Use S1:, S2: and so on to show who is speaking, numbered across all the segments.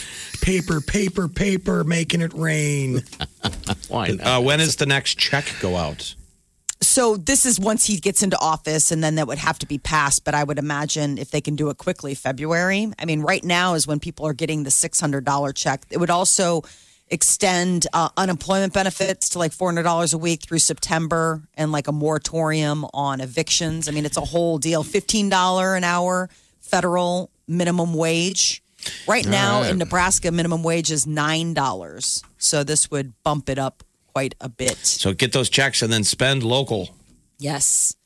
S1: paper, paper, paper, making it rain.
S2: Why not?
S1: Uh, when is the next check go out?
S3: So this is once he gets into office, and then that would have to be passed. But I would imagine if they can do it quickly, February. I mean, right now is when people are getting the six hundred dollar check. It would also extend uh, unemployment benefits to like four hundred dollars a week through September, and like a moratorium on evictions. I mean, it's a whole deal. Fifteen dollar an hour federal minimum wage. Right now in Nebraska, minimum wage is nine dollars. So this would bump it up quite a bit.
S1: So get those checks and then spend local.
S3: Yes.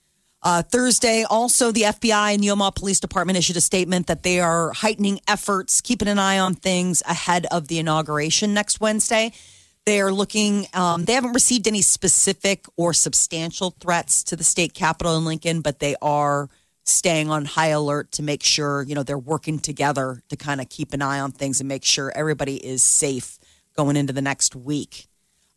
S3: Uh, Thursday, also, the FBI and the Omaha Police Department issued a statement that they are heightening efforts, keeping an eye on things ahead of the inauguration next Wednesday. They are looking, um, they haven't received any specific or substantial threats to the state capitol in Lincoln, but they are staying on high alert to make sure, you know, they're working together to kind of keep an eye on things and make sure everybody is safe going into the next week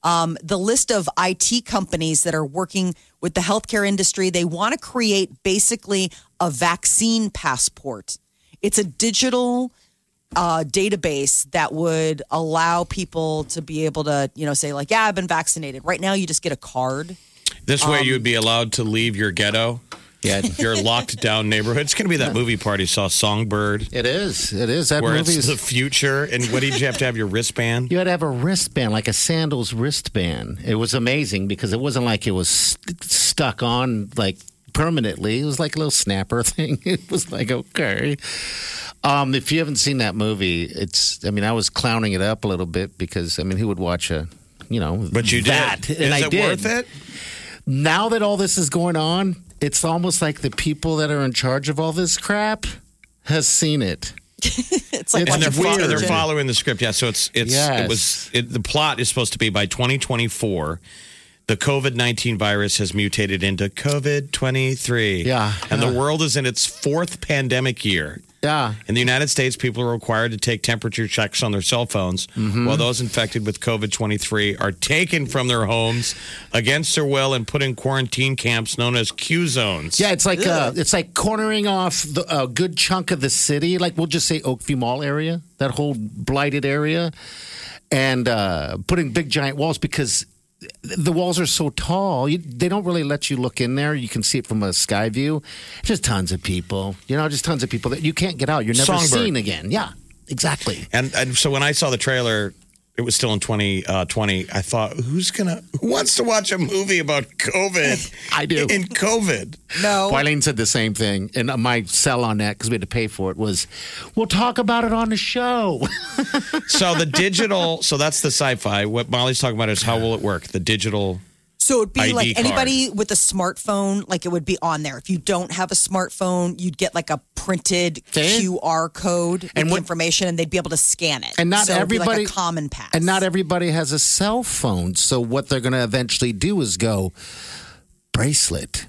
S3: um, the list of IT companies that are working with the healthcare industry. They want to create basically a vaccine passport. It's a digital uh, database that would allow people to be able to, you know, say like, yeah, I've been vaccinated. Right now, you just get a card.
S1: This way, you'd be allowed to leave your ghetto,
S2: Yeah,
S1: your locked down neighborhood. It's going to be that movie part you saw, Songbird,
S2: it is. It is. That
S1: where
S2: movie
S1: it's
S2: is.
S1: the future. And what did you have to have your wristband?
S2: you had to have a wristband, like a sandals wristband. It was amazing because it wasn't like it was st- stuck on like permanently. It was like a little snapper thing. It was like okay. Um, if you haven't seen that movie, it's. I mean, I was clowning it up a little bit because I mean, who would watch a, you know,
S1: But you
S2: that?
S1: did.
S2: And
S1: is
S2: I
S1: it
S2: did.
S1: worth it?
S2: now that all this is going on, it's almost like the people that are in charge of all this crap has seen it.
S3: It's like
S2: It's
S1: And they're,
S3: watching
S1: fo-
S2: weird.
S1: they're following the script. Yeah, so it's it's it
S2: Yes.
S1: was it, the plot is supposed to be by 2024. The COVID 19 virus has mutated into COVID 23.
S2: Yeah,
S1: And the
S2: yeah.
S1: world is in its fourth pandemic year.
S2: Yeah.
S1: In the United States, people are required to take temperature checks on their cell phones,
S2: Mm-hmm.
S1: while those infected with COVID 23 are taken from their homes against their will and put in quarantine camps known as Q zones.
S2: Yeah, it's like uh, it's like cornering off the, a good chunk of the city. Like we'll just say Oakview Mall area, that whole blighted area, and uh, putting big giant walls because the walls are so tall. You, they don't really let you look in there. You can see it from a sky view. Just tons of people. You know, just tons of people that you can't get out. You're never
S1: Songbird.
S2: seen again. Yeah, exactly.
S1: And, and so when I saw the trailer, it was still in 2020. Uh, 20, I thought, who's going to, who wants to watch a movie about COVID?
S2: I do.
S1: In COVID.
S3: no.
S2: Wileen said the same thing, and my sell on that because we had to pay for it was, we'll talk about it on the show.
S1: So the digital, so that's the sci fi. What Molly's talking about is how will it work? The digital.
S3: So it'd be
S1: ID
S3: like
S1: card.
S3: anybody with a smartphone, like it would be on there. If you don't have a smartphone, you'd get like a printed
S2: Okay.
S3: QR code with
S2: And
S3: the
S2: what-
S3: information, and they'd be able to scan it.
S2: And not
S3: So it'd be
S2: everybody
S3: like a common pass,
S2: And not everybody has a cell phone. So what they're going to eventually do is go, bracelet.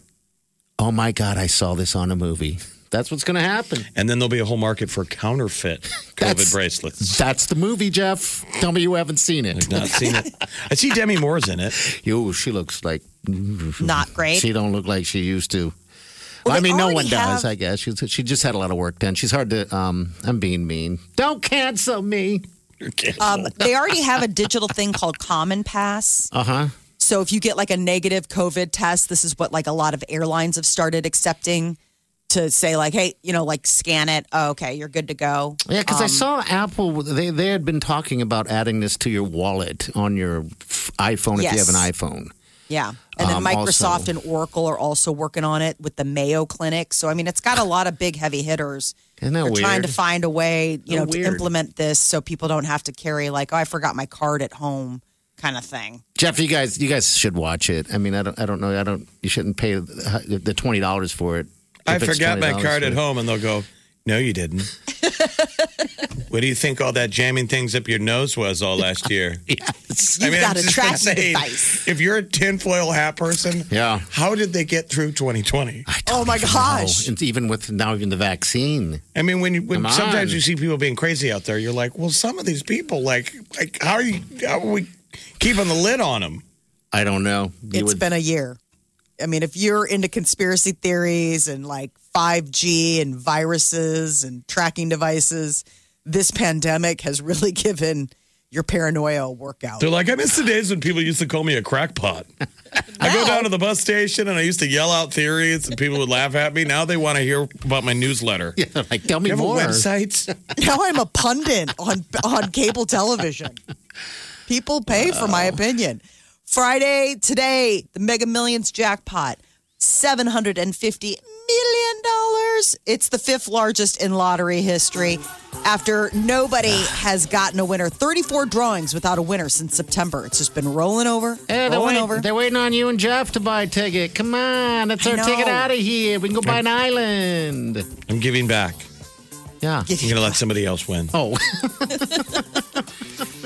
S2: Oh my God, I saw this on a movie. That's what's going to happen.
S1: And then there'll be a whole market for counterfeit COVID
S2: That's-
S1: bracelets.
S2: That's the movie, Jeff. Tell me you haven't seen it.
S1: Not seen it. I see Demi Moore's in it.
S2: Yo, she looks like
S3: not great.
S2: she don't look like she used to.
S3: Well,
S2: I
S3: they
S2: mean, no one
S3: already
S2: does.
S3: have-
S2: I guess she she just had a lot of work done. She's hard to. Um, I'm being mean. Don't cancel me.
S3: Um, they already have a digital thing called Common Pass.
S2: Uh huh.
S3: So if you get like a negative COVID test, this is what like a lot of airlines have started accepting to say like, hey, you know, like scan it. Oh, okay, you're good to go.
S2: Yeah, because I saw Apple. They they had been talking about adding this to your wallet on your f- iPhone if you
S3: Yes.
S2: have an iPhone.
S3: Yeah. And then
S2: Um,
S3: Microsoft
S2: also-
S3: and Oracle are also working on it with the Mayo Clinic. So I mean, it's got a lot of big heavy hitters.
S2: Isn't that
S3: They're trying to
S2: weird?
S3: find a way, you know,
S2: How
S3: to
S2: weird.
S3: implement this so people don't have to carry like, oh, I forgot my card at home, kind of thing.
S2: Jeff, you guys, you guys should watch it. I mean, I don't, I don't know, I don't. You shouldn't pay the the twenty dollars for it.
S1: I
S2: If it's
S1: forgot my
S2: $20
S1: card
S2: for
S1: at
S2: it.
S1: home, and they'll go, No, you didn't. what do you think all that jamming things up your nose was all last year?
S2: Yes.
S3: You've got
S1: I'm
S3: a
S1: just
S3: tracking
S1: insane.
S3: device.
S1: If you're a tinfoil hat person,
S2: Yeah.
S1: how did they get through 2020?
S3: Oh my
S2: Oh, and even with now even the vaccine.
S1: I mean, when, you, when
S2: Come
S1: sometimes
S2: on.
S1: you see people being crazy out there, you're like, well, some of these people, like, like how are you? How are we keeping the lid on them?
S2: I don't know.
S3: It's
S2: You would-
S3: been a year. I mean, if you're into conspiracy theories and like 5G and viruses and tracking devices, this pandemic has really given your paranoia a workout.
S1: They're like, I miss the days when people used to call me a crackpot. I go down to the bus station and I used to yell out theories, and people would laugh at me. Now they want to hear about my newsletter.
S2: yeah, like tell me
S1: You have
S2: more.
S1: a website?
S3: Now I'm a pundit on on cable television. People pay for my opinion. Friday today, the Mega Millions jackpot, seven hundred and fifty million dollars. It's the fifth largest in lottery history. After nobody has gotten a winner, 34 drawings without a winner since September. It's just been rolling over,
S2: Hey, they're,
S3: rolling
S2: wait-
S3: over.
S2: they're waiting on you and Jeff to buy a ticket. Come on, that's our
S3: know.
S2: ticket out of here. We can go buy an island.
S1: I'm giving back.
S2: Yeah.
S1: I'm going to let somebody else win.
S2: Oh,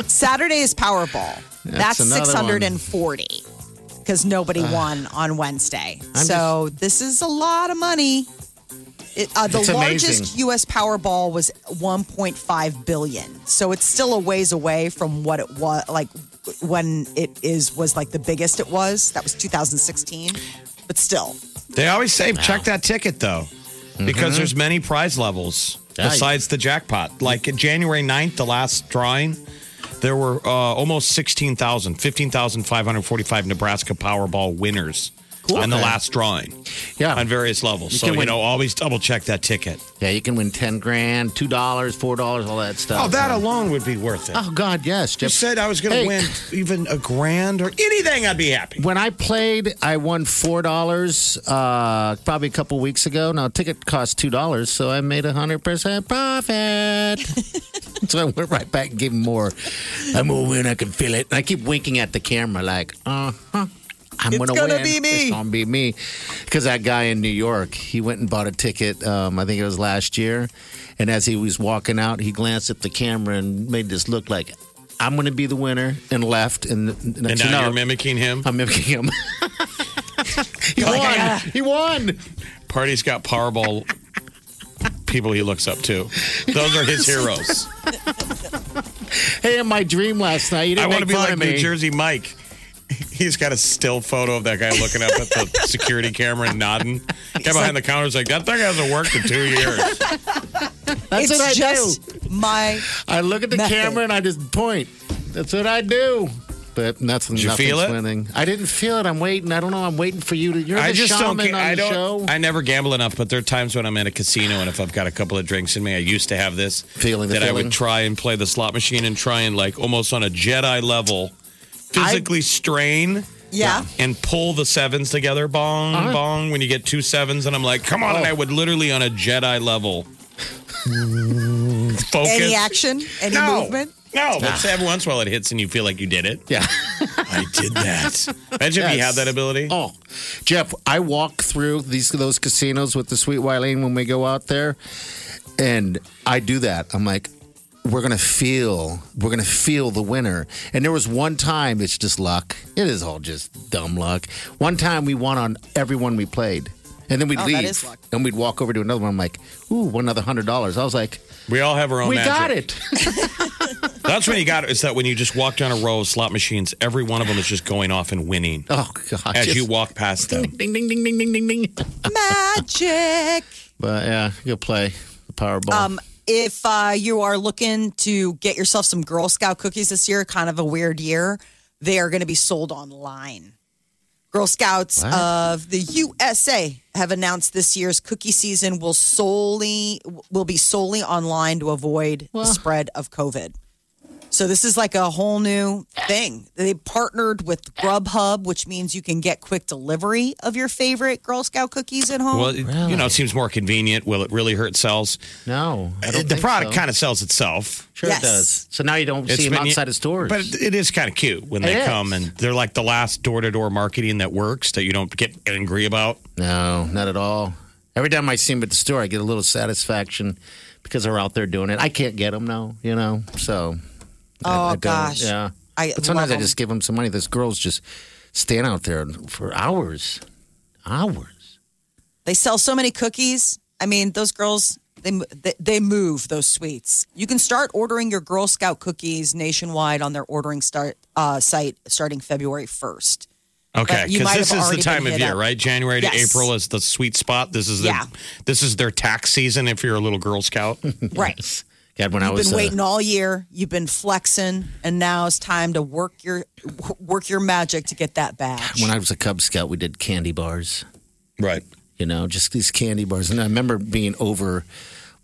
S3: Saturday is Powerball. That's,
S2: That's another
S3: 640 because nobody won on Wednesday.
S2: I'm
S3: so this is a lot of money. It, uh, the
S2: It's amazing.
S3: largest U.S. Powerball was 1.5 billion, so it's still a ways away from what it was like when it is was like the biggest it was. That was 2016, but still,
S1: They always say check that ticket though, because there's many prize levels
S2: Yeah.
S1: besides the jackpot. Like January 9th, the last drawing, there were uh, almost 16,000, 15,545 Nebraska Powerball winners
S2: Cool.
S1: on the
S2: Okay.
S1: last drawing
S2: yeah.
S1: on various levels.
S2: You
S1: so
S2: can
S1: you
S2: win-
S1: know, always double check that ticket.
S2: Yeah, you can win ten grand, two dollars, four dollars, all that stuff.
S1: Oh, that alone would be worth it.
S2: Oh God, yes.
S1: You
S2: Jeff.
S1: said I was going to
S2: Hey,
S1: win even a grand or anything, I'd be happy.
S2: When I played, I won four dollars, uh, probably a couple weeks ago. Now ticket cost two dollars, so I made a hundred percent profit. so I went right back and gave him more. I'm gonna win. I can feel it. And I keep winking at the camera, like, uh huh. I'm
S3: It's
S2: gonna,
S3: gonna
S2: win.
S3: be me.
S2: It's gonna be me. Because that guy in New York, he went and bought a ticket. Um, I think it was last year. And as he was walking out, he glanced at the camera and made this look like. I'm going to be the winner and left. And, and,
S1: And
S2: so
S1: now
S2: now-
S1: you're mimicking him.
S2: I'm mimicking him. he won. he won.
S1: Party's got Powerball people he looks up to. Those are his heroes.
S2: Hey, in my dream last night, you didn't
S1: I want to
S2: make
S1: be
S2: fun
S1: like
S2: of
S1: New
S2: me.
S1: Jersey Mike. He's got a still photo of that guy looking up at the security camera and nodding. Guy behind the counter's like, that thing hasn't worked in two years.
S3: it's
S2: That's what I do.
S3: just my
S2: I look at the
S3: method.
S2: camera and I just point. That's what I do. But nothing.
S1: Did you
S2: nothing's
S1: feel it?
S2: winning. I didn't feel it. I'm waiting. I don't know. I'm waiting for you to. You're
S1: I
S2: the
S1: just
S2: shaman
S1: don't. ca-
S2: on
S1: I
S2: the
S1: don't.
S2: show.
S1: I never gamble enough, but there are times when I'm in a casino and if I've got a couple of drinks in me, I used to have this
S2: Feeling the
S1: that I would
S2: feeling.
S1: try and play the slot machine and try and like almost on a Jedi level, physically strain.
S3: yeah.
S1: and pull the sevens together, bong,
S2: Uh-huh.
S1: bong, when you get two sevens. And I'm like, come on. And
S2: Oh.
S1: I would literally on a Jedi level focus.
S3: Any action, any
S1: no.
S3: movement.
S1: No,
S2: Ah.
S1: but every once in a while it hits and you feel like you did it.
S2: yeah.
S1: I did that. Imagine if you
S2: Yes.
S1: had that ability.
S2: Oh, Jeff, I walk through these those casinos with the sweet Wileen when we go out there, and I do that. I'm like, we're gonna feel, we're gonna feel the winner. And there was one time, it's just luck. It is all just dumb luck. One time we won on everyone we played, and then we'd
S3: Oh,
S2: leave,
S3: that is luck.
S2: and we'd walk over to another one. I'm like, ooh, one another hundred dollars. I was like,
S1: We all have our own
S2: we
S1: magic.
S2: got it.
S1: That's when you got it. Is that when you just walk down a row of slot machines, every one of them is just going off and winning
S2: oh God,
S1: as
S2: just
S1: you walk past them.
S2: ding ding ding ding ding ding ding.
S3: Magic.
S2: But yeah, you'll play the Powerball.
S3: Um, if uh, you are looking to get yourself some Girl Scout cookies this year, kind of a weird year, they are going to be sold online. Girl Scouts
S2: What?
S3: of the USA have announced this year's cookie season will solely will be solely online to avoid the spread of COVID. So this is like a whole new thing. They partnered with Grubhub, which means you can get quick delivery of your favorite Girl Scout cookies at home.
S1: Well, it- you know, it seems more convenient. Will it really hurt sales?
S2: No, I don't
S1: the
S2: think
S1: product
S2: so.
S1: kind of sells itself.
S2: sure
S3: Yes.
S2: does. So now you don't
S1: It's
S2: see them
S1: been-
S2: outside of stores.
S1: But it is kind of cute when they
S2: It is.
S1: come and they're like the last door to door marketing that works that you don't get angry about.
S2: No, not at all. Every time I see them at the store, I get a little satisfaction because they're out there doing it. I can't get them now, you know. So. I-
S3: Oh,
S2: I don't.
S3: gosh.
S2: Yeah.
S3: I
S2: but sometimes
S3: love
S2: I just give them some money. Those girls just stand out there for hours, hours.
S3: They sell so many cookies. I mean, those girls they they, they move those sweets. You can start ordering your Girl Scout cookies nationwide on their ordering start uh, site starting February first.
S1: Okay,
S3: But you
S1: because this
S3: might have
S1: is the
S3: already been
S1: time of
S3: hit
S1: year,
S3: up.
S1: right? January to
S3: Yes.
S1: April is the sweet spot. This is their,
S3: Yeah.
S1: this is their tax season if you're a little Girl Scout.
S3: Right.
S2: God, when I
S3: You've
S2: was
S3: been
S2: uh,
S3: waiting all year. You've been flexing, and now it's time to work your work your magic to get that badge.
S2: when I was a Cub Scout, we did candy bars.
S1: right.
S2: you know, just these candy bars. And I remember being over,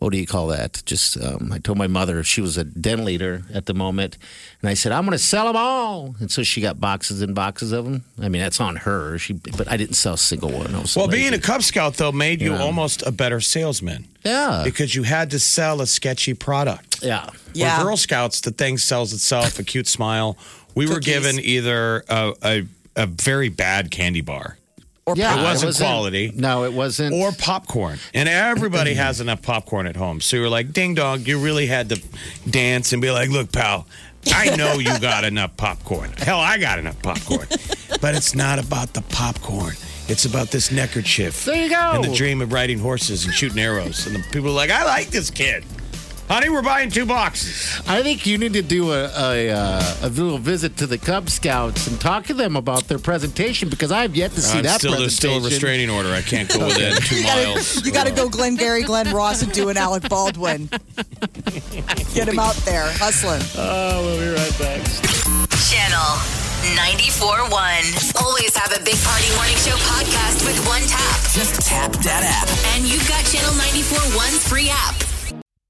S2: what do you call that? Just, um, I told my mother she was a den leader at the moment, and I said, I'm going to sell them all. And so she got boxes and boxes of them. I mean, that's on her. She, but I didn't sell a single one. I was so
S1: Well, being a
S2: lazy.
S1: Cub Scout though made you almost a better salesman
S2: yeah,
S1: because you had to sell a sketchy product.
S2: yeah,
S3: Yeah.
S1: Where Girl Scouts, the thing sells itself. A cute smile. We were
S3: Cookies.
S1: given either a, a a very bad candy bar
S3: or
S2: yeah,
S1: It wasn't quality.
S2: No, it wasn't.
S1: or popcorn, and everybody has enough popcorn at home. So you're like, ding dong, you really had to dance and be like, look, pal. I know you got enough popcorn. Hell, I got enough popcorn. But it's not about the popcorn. It's about this neckerchief.
S2: There you go.
S1: And the dream of riding horses and shooting arrows. And the people are like, I like this kid. Honey, we're buying two boxes.
S2: I think you need to do a a, uh, a little visit to the Cub Scouts and talk to them about their presentation because I've yet to see
S1: I'm
S2: that
S1: still, there's still
S2: presentation.
S1: a restraining order. I can't go within two miles.
S3: You got to go Glenn Gary, Glenn Ross, and do an Alec Baldwin. Get him out there hustling.
S2: Oh, we'll be right back.
S4: Channel 94.1. Always have a Big Party Morning Show podcast with one tap.
S5: Just tap that app.
S4: And you've got Channel 94.1's free app.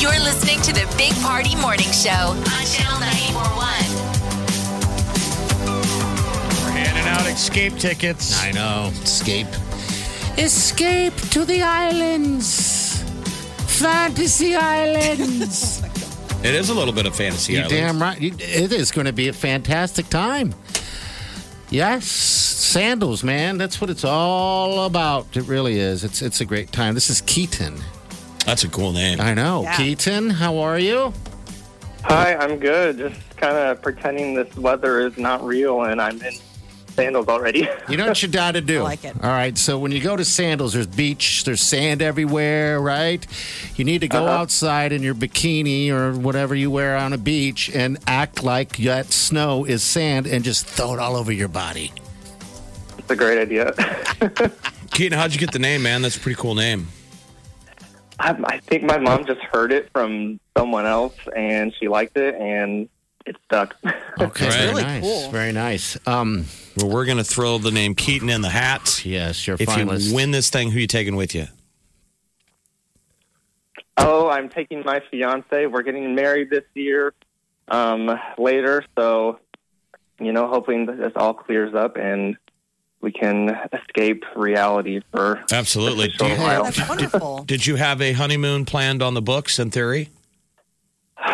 S4: You're listening to the Big Party Morning Show on Channel 94.1.
S1: We're handing out escape tickets.
S2: I know. Escape. Escape to the islands. Fantasy Islands.
S1: It is a little bit of fantasy.
S2: You're
S1: island.
S2: damn right. You- It is going to be a fantastic time. Yes, sandals, man. That's what it's all about. It really is. It's it's a great time. This is Keaton.
S1: That's a cool name.
S2: I know. Keaton, how are you?
S6: Hi, I'm good. Just kind of pretending this weather is not real and I'm in sandals already.
S2: You know what you got to do.
S3: I like it.
S2: All right. So when you go to sandals, there's beach, there's sand everywhere, right? You need to go
S1: Uh-huh.
S2: outside in your bikini or whatever you wear on a beach and act like that snow is sand and just throw it all over your body.
S6: It's a great idea.
S1: Keaton, how'd you get the name, man? That's a pretty cool name.
S6: I, I think my mom just heard it from someone else and she liked it and it stuck.
S2: Okay.
S1: That's
S2: very
S1: really
S2: nice. Very nice. Um,
S1: Well, we're going to throw the name Keaton in the hat.
S2: yes, you're
S1: If
S2: finalist.
S1: you win this thing, who you taking with you?
S6: oh, I'm taking my fiance. We're getting married this year um, later, so you know, hoping that this all clears up and we can escape reality for
S1: Absolutely.
S6: for a while.
S3: That's wonderful.
S1: Did you have a honeymoon planned on the books in theory?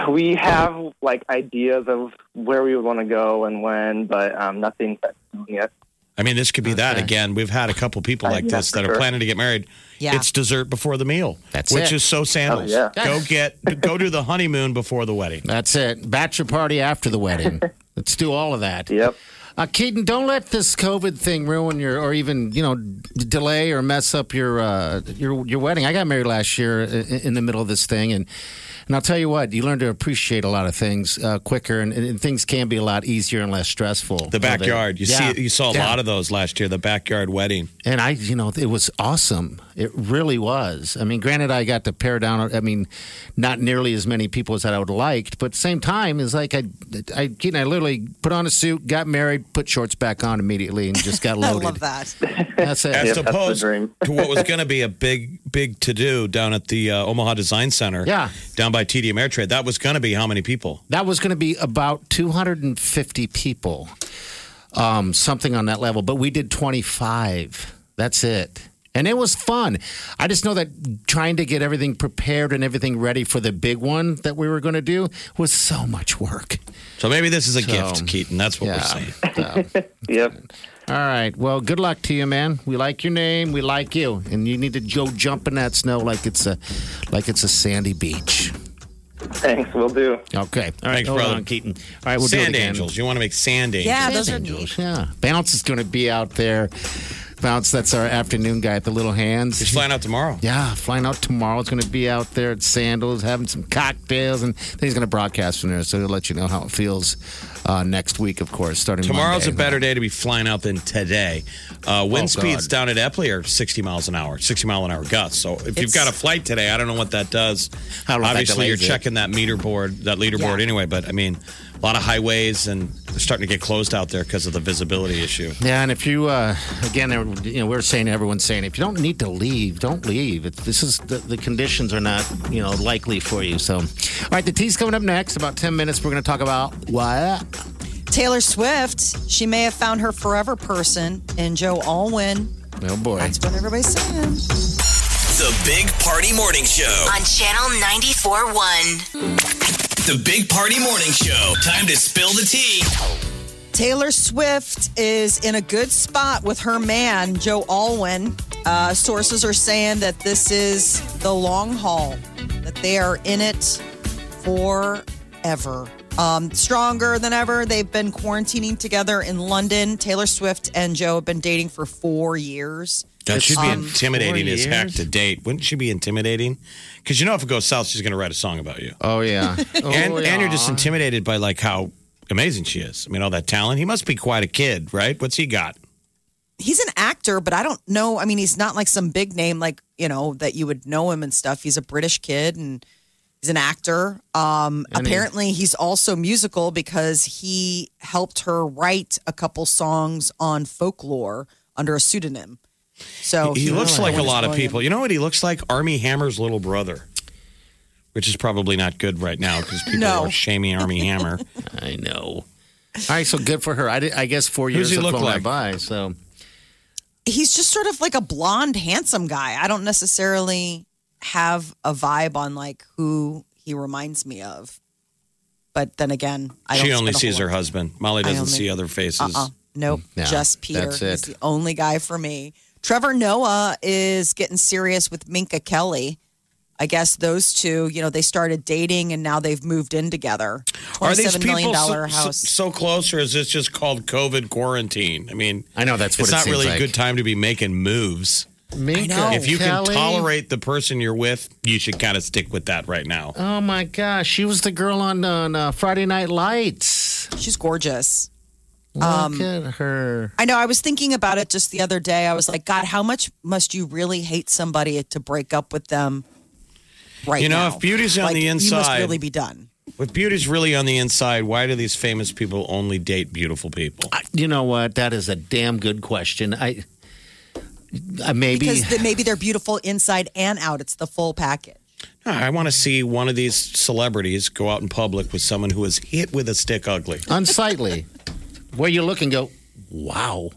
S6: We have like ideas of where we would want to go and when, but um, nothing set in stone yet.
S1: I mean, this could be that
S2: Okay.
S1: again. We've had a couple people
S6: Uh,
S1: like
S6: yeah,
S1: this
S6: for
S1: that are
S6: sure.
S1: planning to get married.
S3: Yeah.
S1: It's dessert before the meal.
S2: That's
S1: which
S2: it.
S1: is so sandals.
S6: Oh,
S2: yeah.
S1: Go get go to the honeymoon before the wedding.
S2: That's it. Bachelor party after the wedding. Let's do all of that.
S6: Yep.
S2: Uh, Keaton, don't let this COVID thing ruin your, or even you know, d- delay or mess up your uh, your your wedding. I got married last year uh, in, in the middle of this thing, and and I'll tell you what, you learn to appreciate a lot of things uh, quicker, and, and things can be a lot easier and less stressful.
S1: The backyard. You see you saw a lot of those last year, the backyard wedding.
S2: and I, you know, it was awesome. It really was. I mean, granted, I got to pare down. I mean, not nearly as many people as I would have liked, but same time, it's like I, I, you know, I literally put on a suit, got married, put shorts back on immediately, and just got
S3: I
S2: loaded.
S3: love that.
S2: That's it.
S1: As
S6: Yep, that's the
S1: opposed
S6: dream.
S1: to what was going to be a big, big to do down at the uh, Omaha Design Center,
S2: Yeah.
S1: down by TD Ameritrade. That was going to be how many people?
S2: That was going to be about 250 people, um, something on that level. But we did 25. That's it. And it was fun. I just know that trying to get everything prepared and everything ready for the big one that we were going to do was so much work.
S1: So maybe this is a
S2: So,
S1: gift, Keaton. That's what we're saying.
S6: Yep.
S2: All right. Well, good luck to you, man. We like your name. We like you, and you need to go jump in that snow like it's a like it's a sandy beach.
S6: Thanks. We'll do.
S2: Okay. All right,
S1: Thanks,
S2: hold
S1: brother.
S2: on, Keaton. All right, we'll do
S1: sand
S2: it again.
S1: angels. You want to make sand angels?
S3: Yeah, those are neat.
S2: Angels, yeah. Bounce is going to be out there. Bounce, that's our afternoon guy at the Little Hands.
S1: He's flying out tomorrow.
S2: yeah, flying out tomorrow. It's going to be out there at Sandals, having some cocktails, and then he's going to broadcast from there. So he'll let you know how it feels uh, next week, of course, starting
S1: Tomorrow's a
S2: Monday.
S1: better day to be flying out than today. Uh, wind
S2: Oh,
S1: speeds
S2: God.
S1: down at Epley are 60 miles an hour, 60 mile an hour gusts. So if you've
S3: It's-
S1: got a flight today, I don't know what that does.
S2: I don't know if that
S1: Obviously, you're
S2: delays it.
S1: checking that meter board, that leaderboard
S3: Yeah.
S1: anyway. But I mean, a lot of highways and they're starting to get closed out there because of the visibility issue.
S2: Yeah, and if you uh, again, there- you know, we are saying everyone's saying if you don't need to leave, don't leave. It, this is the, the conditions are not you know likely for you. So, all right, the tea's coming up next. About ten minutes, we're going to talk about what
S3: Taylor Swift, she may have found her forever person in Joe Alwyn.
S2: Oh boy.
S3: That's what everybody's saying.
S5: The Big Party Morning Show.
S4: on Channel 94.1.
S5: The Big Party Morning Show. Time to spill the tea.
S3: Taylor Swift is in a good spot with her man, Joe Alwyn. Uh, sources are saying that this is the long haul, that they are in it forever. Um, stronger than ever. They've been quarantining together in London. Taylor Swift and Joe have been dating for four years.
S1: That should be
S3: um,
S1: intimidating
S2: four
S1: as heck
S2: years?
S1: to date. Wouldn't she be intimidating? Because you know, if it goes south, she's going to write a song about you.
S2: Oh yeah.
S1: and,
S2: Oh,
S1: and you're
S2: yeah.
S1: just intimidated by like how amazing she is. I mean, all that talent. He must be quite a kid, right? What's he got?
S3: He's an actor, but I don't know. I mean, he's not like some big name, like, you know, that you would know him and stuff. He's a British kid and he's an actor. Um, apparently, he's also musical because he helped her write a couple songs on folklore under a pseudonym. So
S1: he looks like a lot of
S3: William.
S1: people. You know what he looks like? Army Hammer's little brother, which is probably not good right now because people
S3: No.
S1: are shaming Army Hammer.
S2: I know. All right, so good for her. I, did, I guess four
S1: Who's
S2: years
S1: he
S2: have
S1: look
S2: flown
S1: like?
S2: by. So
S3: He's just sort of like a blonde, handsome guy. I don't necessarily have a vibe on like who he reminds me of. But then again, I don't
S1: she
S3: spend
S1: only
S3: a whole
S1: sees
S3: lot-
S1: her husband. Molly
S3: I
S1: doesn't
S3: only-
S1: see other faces.
S3: Uh-uh.
S1: Mm,
S3: Nope.
S2: No,
S3: just Peter.
S2: that's it.
S3: He's the only guy for me. Trevor Noah is getting serious with Minka Kelly. I guess those two, you know, they started dating and now they've moved in together.
S1: Are these
S3: $27 million
S1: people so,
S3: dollar house.
S1: so, so close, or is this just called COVID quarantine? I mean,
S2: I know that's what
S1: it's
S2: it
S1: not
S2: seems
S1: really a
S2: like.
S1: good time to be making moves.
S2: Minka,
S3: know.
S1: if you
S2: Kelly?
S1: can tolerate the person you're with, you should kind of stick with that right now.
S2: Oh my gosh, she was the girl on, on uh, Friday Night Lights.
S3: She's gorgeous. Um,
S2: Look at her.
S3: I know. I was thinking about it just the other day. I was like, God, how much must you really hate somebody to break up with them? Right.
S1: You know,
S3: now?
S1: if beauty's on
S3: Like,
S1: the
S3: you must
S1: inside-
S3: really be done.
S1: If beauty's really on the inside, why do these famous people only date beautiful people?
S2: I- You know what? That is a damn good question. I, I maybe
S3: Because the, maybe they're beautiful inside and out. It's the full package.
S1: I want to see one of these celebrities go out in public with someone who is hit with a stick ugly.
S2: unsightly. where you look and go, wow.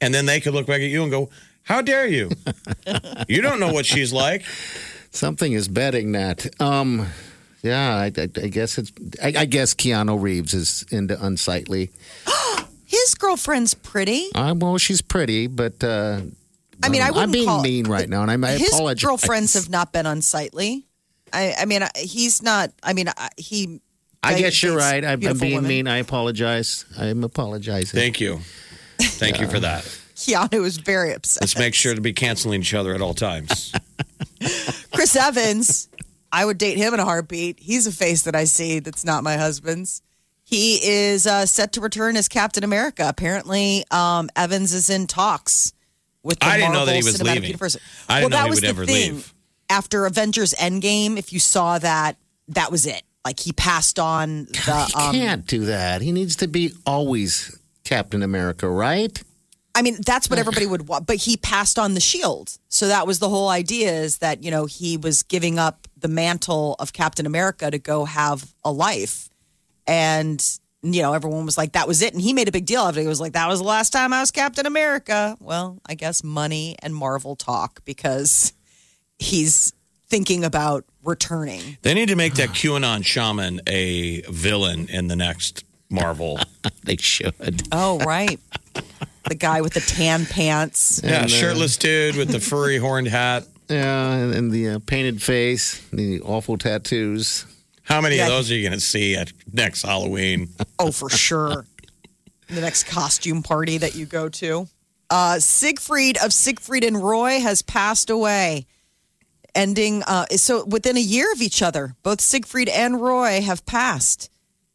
S1: And then they could look back at you and go, How dare you? you don't know what she's like.
S2: Something is betting that. Um, yeah, I, I, I guess it's. I, I guess Keanu Reeves is into unsightly.
S3: His girlfriend's pretty.
S2: I, Uh, well, she's pretty, but uh,
S3: I mean, I wouldn't
S2: am being
S3: call
S2: mean right now, and I'm, I
S3: his
S2: apologize.
S3: girlfriends have not been unsightly. I, I mean, I- he's not. I mean, I, he.
S2: I guess you're right. I'm, I'm
S3: Beautiful
S2: being
S3: women.
S2: mean. I apologize. I'm apologizing.
S1: Thank you. Thank you for that.
S3: Keanu is very upset.
S1: Let's make sure to be canceling each other at all times.
S3: Chris Evans, I would date him in a heartbeat. He's a face that I see that's not my husband's. He is uh, set to return as Captain America. Apparently, um, Evans is in talks with the
S1: I didn't know
S3: Marvel
S1: that he was
S3: Cinematic
S1: leaving.
S3: Universe.
S1: I didn't
S3: well,
S1: know
S3: that
S1: he
S3: was
S1: would
S3: the
S1: ever
S3: thing.
S1: leave.
S3: After Avengers Endgame, if you saw that, that was it. Like he passed on the.
S2: He
S3: Um,
S2: can't do that. He needs to be always Captain America, right?
S3: I mean, that's what everybody would want. But he passed on the shield, so that was the whole idea: is that you know he was giving up the mantle of Captain America to go have a life, and you know everyone was like, "That was it," and he made a big deal of it. He was like, "That was the last time I was Captain America." Well, I guess money and Marvel talk because he's thinking about returning.
S1: They need to make that QAnon shaman a villain in the next Marvel.
S2: They should.
S3: Oh, right. the guy with the tan pants.
S1: yeah, shirtless dude with the furry horned hat.
S2: Yeah, and, and the uh, painted face, the awful tattoos.
S1: How many of
S3: Yeah.
S1: those are you going to see at next Halloween?
S3: Oh, for sure. the next costume party that you go to. Uh, Siegfried of Siegfried and Roy has passed away, ending uh, so within a year of each other. Both Siegfried and Roy have passed.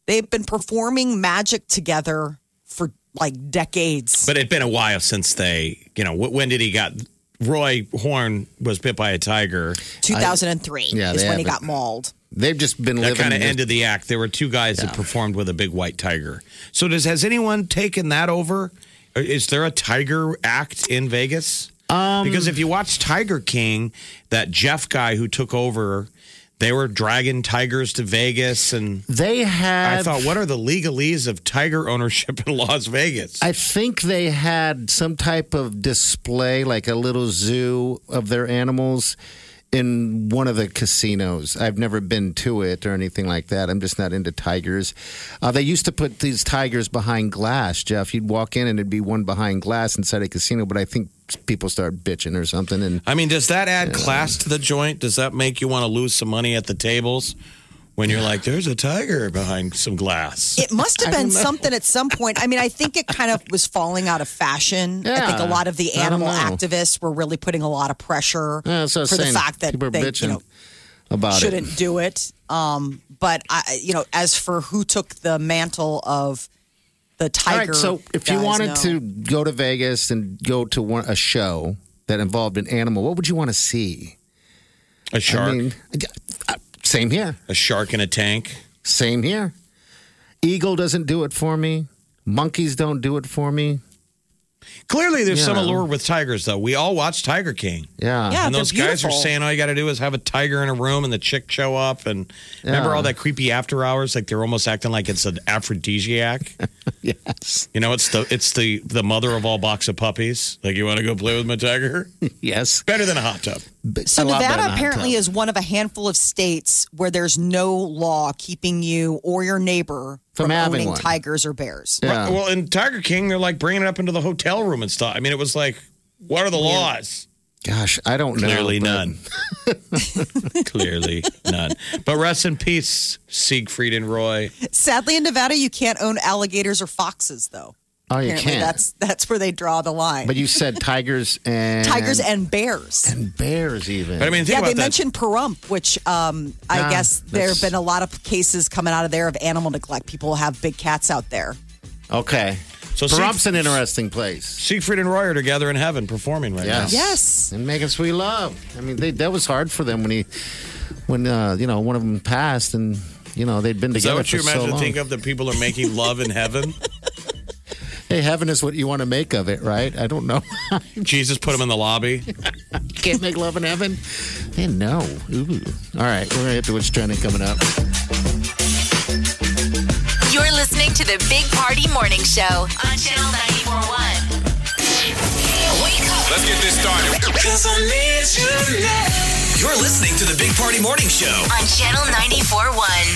S3: They've been performing magic together for like decades.
S1: But it'd been a while since they, you know, wh- when did he got Roy Horn was bit by a tiger.
S3: 2003
S2: Yeah,
S3: is
S2: they
S3: when he got
S2: haven't-
S3: mauled.
S2: They've just been
S1: That
S2: living.
S1: kind of
S2: this-
S1: ended the act. There were two guys that performed with a big white tiger. So does has anyone taken that over? Or Is there a tiger act in Vegas? because if you watch Tiger King, that Jeff guy who took over, they were dragging tigers to Vegas, and
S2: They
S1: I
S2: had.
S1: thought, what are the legalese of tiger ownership in Las Vegas?
S2: I think they had some type of display, like a little zoo of their animals in one of the casinos. I've never been to it or anything like that. I'm just not into tigers. Uh, they used to put these tigers behind glass, Jeff. You'd walk in and it'd be one behind glass inside a casino, but I think people start bitching or something. And
S1: I mean, does that add class to the joint? Does that make you want to lose some money at the tables when you're like, there's a tiger behind some glass?
S3: It must have been something at some point. I mean, I think it kind of was falling out of fashion. I think a
S2: Yeah,
S3: lot of the
S2: I don't
S3: animal
S2: know.
S3: activists were really putting a lot of pressure
S2: Yeah, that's what uh, I was
S3: for the
S2: saying.
S3: fact that
S2: people are
S3: they
S2: bitching
S3: you know,
S2: about
S3: shouldn't
S2: it.
S3: do it. Um, but I, you know, as for who took the mantle of the
S2: All
S3: tiger,
S2: right, so if you
S3: guys,
S2: wanted
S3: no.
S2: to go to Vegas and go to one, a show that involved an animal, what would you want to see?
S1: A shark,
S2: I mean, uh, same here.
S1: a shark in a tank.
S2: Same here. Eagle doesn't do it for me. Monkeys don't do it for me.
S1: Clearly, there's some
S2: Yeah.
S1: allure with tigers, though. We all watch Tiger King.
S2: Yeah.
S3: Yeah.
S1: and
S3: they're
S1: those guys are
S3: beautiful.
S1: saying all you got to do is have a tiger in a room and the chick show up. And remember
S2: Yeah.
S1: all that creepy after hours? Like they're almost acting like it's an aphrodisiac.
S2: Yes.
S1: you know, it's the it's the the mother of all box of puppies. Like you want to go play with my tiger?
S2: Yes.
S1: Better than a hot tub.
S3: So Nevada apparently is one of a handful of states where there's no law keeping you or your neighbor
S2: From having
S3: owning
S2: one.
S3: tigers or bears.
S2: Yeah.
S1: Well, in Tiger King, they're like bringing it up into the hotel room and stuff. I mean, it was like, what are the laws?
S2: Gosh, I don't know.
S1: Clearly
S2: but-
S1: none. Clearly none. But rest in peace, Siegfried and Roy.
S3: Sadly, in Nevada, you can't own alligators or foxes, though.
S2: Oh, you
S3: Apparently,
S2: can't.
S3: that's that's where they draw the line.
S2: But you said tigers and
S3: Tigers and bears.
S2: and bears even.
S1: But I mean, think
S3: yeah,
S1: about
S3: they
S1: that.
S3: mentioned Pahrump, which um, I
S2: Ah,
S3: guess there have
S2: that's-
S3: been a lot of cases coming out of there of animal neglect. People have big cats out there.
S2: okay.
S1: So
S2: So
S1: see-
S2: Perump's an interesting place.
S1: Siegfried and Roy are together in heaven performing right
S2: Yes.
S1: now.
S3: Yes.
S2: And making sweet love. I mean, they, that was hard for them when he, when uh, you know, one of them passed, and you know they'd been
S1: Is that
S2: together
S1: what you
S2: for so
S1: imagine to
S2: long.
S1: think of that people are making love in heaven?
S2: Hey, heaven is what you want to make of it, right? I don't know.
S1: Jesus put them in the lobby.
S2: can't make love in heaven? Hey, no. Ooh. All right, we're going to hit the what's trending coming up.
S7: You're listening to the Big Party Morning Show on Channel 941. Wake up.
S1: Let's get this started. You're listening to the Big Party Morning Show.
S7: on Channel 941.